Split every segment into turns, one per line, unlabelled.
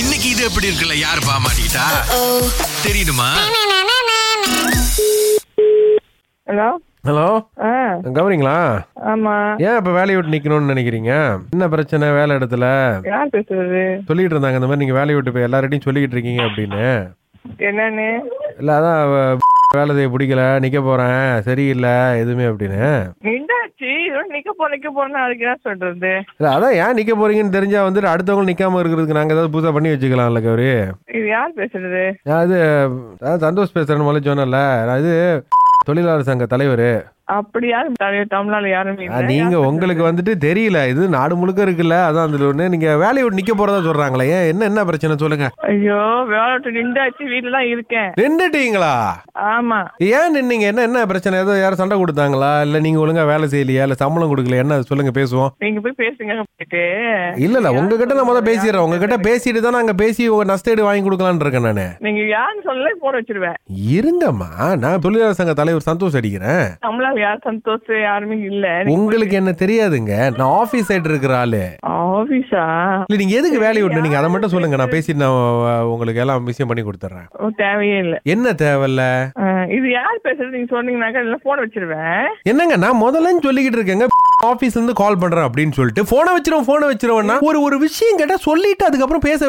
இன்னைக்கு இது எப்படி இருக்குல்ல யார் பாமாட்டா தெரியுமா
ஹலோ
ஹலோ
ஆ
கௌரிங்களா
ஆமா
ஏன் இப்ப வேலையை விட்டு நிக்கணும்னு நினைக்கிறீங்க என்ன பிரச்சனை வேலை இடத்துல
யார் பேசுறது
சொல்லிட்டு இருந்தாங்க இந்த மாதிரி நீங்க வேலையை விட்டு போய் எல்லார்ட்டையும் சொல்லிக்கிட்டு இருக்கீங்க அப்படின்னு
என்னன்னு
இல்ல அதான் அவ வேலை செய்ய பிடிக்கல நிக்க போறேன் சரியில்லை எதுவுமே அப்படின்னு
நின்றாச்சு இதோட நிக்க போ நிக்க போறேன்னு அதுக்கு என்ன சொல்றது
இல்ல அதான் ஏன் நிக்க போறீங்கன்னு தெரிஞ்சா வந்து அடுத்தவங்க நிக்காம இருக்கிறதுக்கு நாங்க ஏதாவது புதுசா பண்ணி வச்சுக்கலாம்ல கௌரி
இது யார் பேசுறது
நான் இது நான் சந்தோஷ் பேசுறேன்னு முதல்ல சொன்னேன்ல நான் இது தொழிலாளர் சங்க தலைவர்
அப்படி யாரும் தலைவர் தமிழ்நாடு யாரும்
ஆ, நீங்க உங்களுக்கு வந்துட்டு தெரியல இது நாடு முழுக்க இருக்குல்ல அதான் அதுல ஒண்ணு நீங்க வேலையை விட்டு நிக்க போறதா சொல்றாங்களே ஏன் என்ன என்ன பிரச்சனை சொல்லுங்க
ஐயோ வேலை விட்டு நின்றாச்சு வீட்டுல தான் இருக்கேன்
நின்றுட்டீங்களா
ஆமா
ஏன் நின்னீங்க என்ன என்ன பிரச்சனை ஏதோ யாரும் சண்டை கொடுத்தாங்களா இல்ல நீங்க ஒழுங்கா வேலை செய்யலையா இல்ல சம்பளம் கொடுக்கல என்ன அது சொல்லுங்க பேசுவோம்
நீங்க போய் பேசுங்க அப்படின்ட்டு.
இல்ல இல்ல உங்ககிட்ட நான் முதல்ல பேசிடுறேன் உங்ககிட்ட பேசிட்டு தான் நாங்க பேசி உங்க நஷ்டஈடு வாங்கி கொடுக்கலாம்னு இருக்கேன் நானு
நீங்க யாருன்னு சொல்லல போட வச்சிருவேன்
இருங்கம்மா நான் தொழிலாளர் சங்க தலைவர் சந்தோஷ் அடிக்கிறேன்
தமிழ்நாடு யார் சந்தோஷ் யாருமே இல்ல
உங்களுக்கு என்ன தெரியாதுங்க நான் ஆபீஸ் சைடு இருக்கிற ஆளு
ஆபீஸா
இல்ல நீங்க எதுக்கு வேலையை விட்டு நீங்க அதை மட்டும் சொல்லுங்க நான் பேசி நான் அஹ், உங்களுக்கு எல்லாம் விஷயம் பண்ணி கொடுத்துட்றேன்
ஓ, தேவையே இல்ல
என்ன தேவையில்ல
ஆ, இது யார் பேசுறது நீங்க சொன்னீங்கன்னாக்கா இல்ல போட வச்சிருவேன்
என்னங்க நான் முதல்லன்னு சொல்லிக்கிட்டு இருக்கேங்க ஆபீஸ்ல இருந்து கால் பண்றேன் அப்படின்னு சொல்லிட்டு போனை வச்சிரும் போனை வச்சிருவேன்னா ஒரு ஒரு விஷயம் கேட்டா சொல்லிட்டு அதுக்கப்புறம் பேச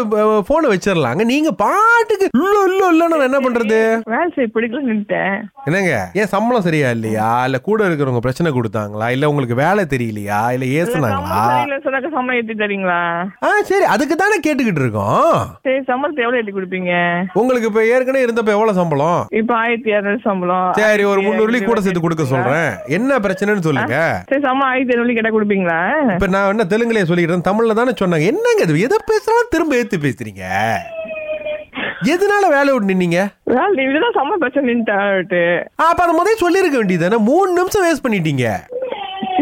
போனை வச்சிடலாங்க நீங்க பாட்டுக்கு இல்ல இல்ல இல்லன்னு நான் என்ன பண்றது
வேலை செய்ய பிடிக்கல நின்ட்டேன்
என்னங்க ஏன் சம்பளம் சரியா இல்லையா இல்ல கூட இருக்கிறவங்க பிரச்சனை கொடுத்தாங்களா இல்ல உங்களுக்கு வேலை தெரியலையா இல்ல ஏசுனாங்களா
சரியில்லை சொன்னாக்க சம்பளம் ஏத்தி தரீங்களா
ஆ சரி அதுக்கு தானே கேட்டுக்கிட்டு இருக்கோம்
சரி சம்பளத்தை எவ்வளவு ஏத்தி கொடுப்பீங்க
உங்களுக்கு இப்ப ஏற்கனவே இருந்தப்ப எவ்வளவு சம்பளம்
இப்ப ஆயிரத்தி இருநூறு சம்பளம்
சரி ஒரு முந்நூறு வெள்ளி கூட சேர்த்து கொடுக்க சொல்றேன் என்ன பிரச்சனைன்னு சொல்லுங்க
சரி சம்பளம் ஆயிரத்தி இருநூறு கேட்டா கொடுப்பீங்களா
இப்ப நான் என்ன தெலுங்குலயே சொல்லிக்கிறேன் தமிழ்ல தானே சொன்னாங்க என்னங்க இது எதை பேசுறாலும் திரும்ப எடுத்து பேசுறீங்க எதனால வேலை விட்டு நின்னீங்க
வேலை நீ இதுதான் சம்பளம் பிரச்சனை நின்ட்டாட்டு
அப்ப அதை முதல்ல சொல்லியிருக்க வேண்டியதானே மூணு நிமிஷம் வேஸ்ட் பண்ணிட்டீங்க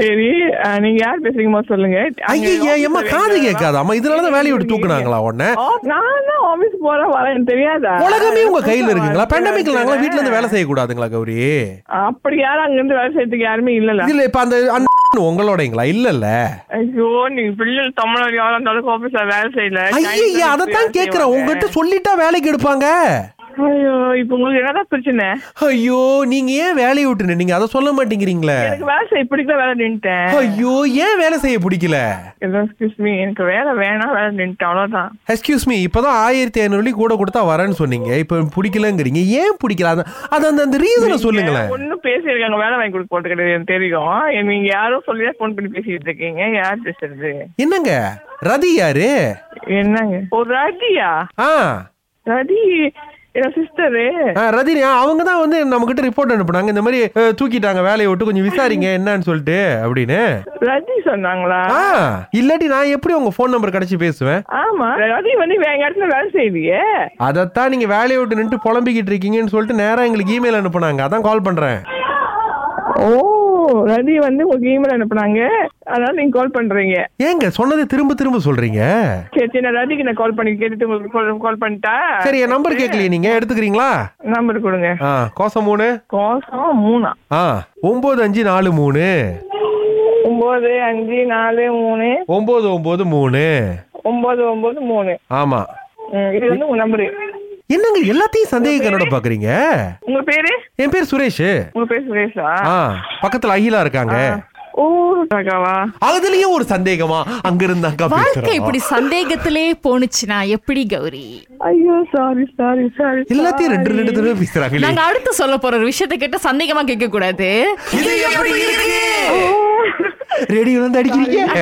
சரி ஆ, நீங்க யார் பேசுறீங்கம்மா சொல்லுங்க அங்க
ஐயா
office
ஏம்மா
ல
காது
வேலை
கேட்காதாம்மா இதனாலதான் வேலையை விட்டு தூக்குனாங்களா உடனே
ஓ, நான் தான் ஆபீஸ் போறேன் வரேன் எனக்கு தெரியாதா
உலகமே உங்க கையில இருக்குங்களா பெண்டமிக்ல நாங்களா வீட்டுல இருந்து வேலை செய்யக்கூடாதுங்களா கௌரி
அப்படி யாரும் அங்க இருந்து வேலை செய்யறதுக்கு யாருமே இல்லல
இல்ல இப்ப அந்த அந்த உங்களோடங்களா இல்லல்ல
ஐயோ நீங்க பிள்ளைகள் தமிழர் யாரும் அந்த அளவுக்கு ஆபீஸ்ல வேலை செய்யல
ஐயா அதைத்தான் கேக்குறேன் உங்ககிட்ட சொல்லிட்டா வேலைக்கு எடுப்பாங்க
ஐயோ இப்ப உங்களுக்கு என்னதான் பிரச்சனை
ஐயோ நீங்க ஏன் வேலையை விட்டு நின்னீங்க அதை சொல்ல மாட்டேங்கிறீங்களே
எனக்கு வேலை செய்ய பிடிக்கல வேலை நின்ட்டேன்
ஐயோ ஏன் வேலை செய்ய பிடிக்கல
எக்ஸ்கியூஸ் மீ எனக்கு வேலை வேணாம் வேலை நின்ட்டேன் அவ்வளவுதான்
எக்ஸ்கியூஸ் மீ இப்பதான் ஆயிரத்தி ஐநூறு வெள்ளி கூட கொடுத்தா வரேன்னு சொன்னீங்க இப்போ பிடிக்கலங்கிறீங்க ஏன் பிடிக்கல அதான் அது அந்த அந்த ரீசனை சொல்லுங்களேன்
ஒன்னும் பேசியிருக்காங்க வேலை வாங்கி கொடுக்க போறது கிடையாது எனக்கு தெரியும் என் நீங்க யாரும் சொல்லி ஃபோன் பண்ணி பேசிட்டு இருக்கீங்க யார் பேசுறது
என்னங்க ரதி யாரு
என்னங்க ஒரு ரதியா
ஆ
ரதி என் சிஸ்டரு
ரதினியா அவங்க தான் வந்து நம்ம கிட்ட ரிப்போர்ட் அனுப்புனாங்க இந்த மாதிரி அஹ், தூக்கிட்டாங்க வேலையை விட்டு கொஞ்சம் விசாரிங்க என்னன்னு சொல்லிட்டு அப்படின்னு
ரதி சொன்னாங்களா
ஆ இல்லாட்டி நான் எப்படி உங்க ஃபோன் நம்பர் கிடைச்சி பேசுவேன்
ஆமா ரதி வந்து எங்க இடத்துல வேலை செய்யலையே
அதைத்தான் நீங்க வேலையை விட்டு நின்று புலம்பிக்கிட்டு இருக்கீங்கன்னு சொல்லிட்டு நேரா எங்களுக்கு இமெயில் அனுப்புனாங்க அதான் கால் பண்றேன்
ஓ ரதி வந்து உங்களுக்கு இமெயில் அனுப்புனாங்க அதனால நீங்க கால் பண்றீங்க
ஏங்க சொன்னதை திரும்ப திரும்ப சொல்றீங்க
சரி சரி நான் ரதிக்கு நான் கால் பண்ணி கேட்டுட்டு உங்களுக்கு கால் பண்ணிட்டா
சரி என் நம்பர் கேட்கலையே நீங்க எடுத்துக்கிறீங்களா
நம்பர் கொடுங்க
ஆ கோசம் மூணு
கோசம் மூணா
ஆ ஒம்பது அஞ்சு நாலு மூணு
ஒன்பது அஞ்சு நாலு மூணு
ஒம்பது ஒம்பது மூணு
ஒன்பது ஒன்பது மூணு
ஆமா
ம், இது வந்து உங்க நம்பரு
என்னங்க எல்லாத்தையும் சந்தேகிக்கனோட பாக்குறீங்க
உங்க பேரு
என் பேர் சுரேஷ்
உங்க பேர் சுரேஷா
ஆ பக்கத்துல அகிலா இருக்காங்க
ஓ ராகாவா
அதுலயும் ஒரு சந்தேகமா அங்க இருந்தாங்க
வாழ்க்கை இப்படி சந்தேகத்திலே போணுச்சுனா எப்படி கௌரி
ஐயோ சாரி சாரி சாரி
எல்லாத்தையும் ரெண்டு ரெண்டு தடவை பேசுறாங்களே
நாங்க அடுத்து சொல்ல போற ஒரு விஷயத்தை கேட்ட சந்தேகமா கேட்க கூடாது
இது எப்படி இருக்கு ரேடியோ வந்து அடிக்கிறீங்க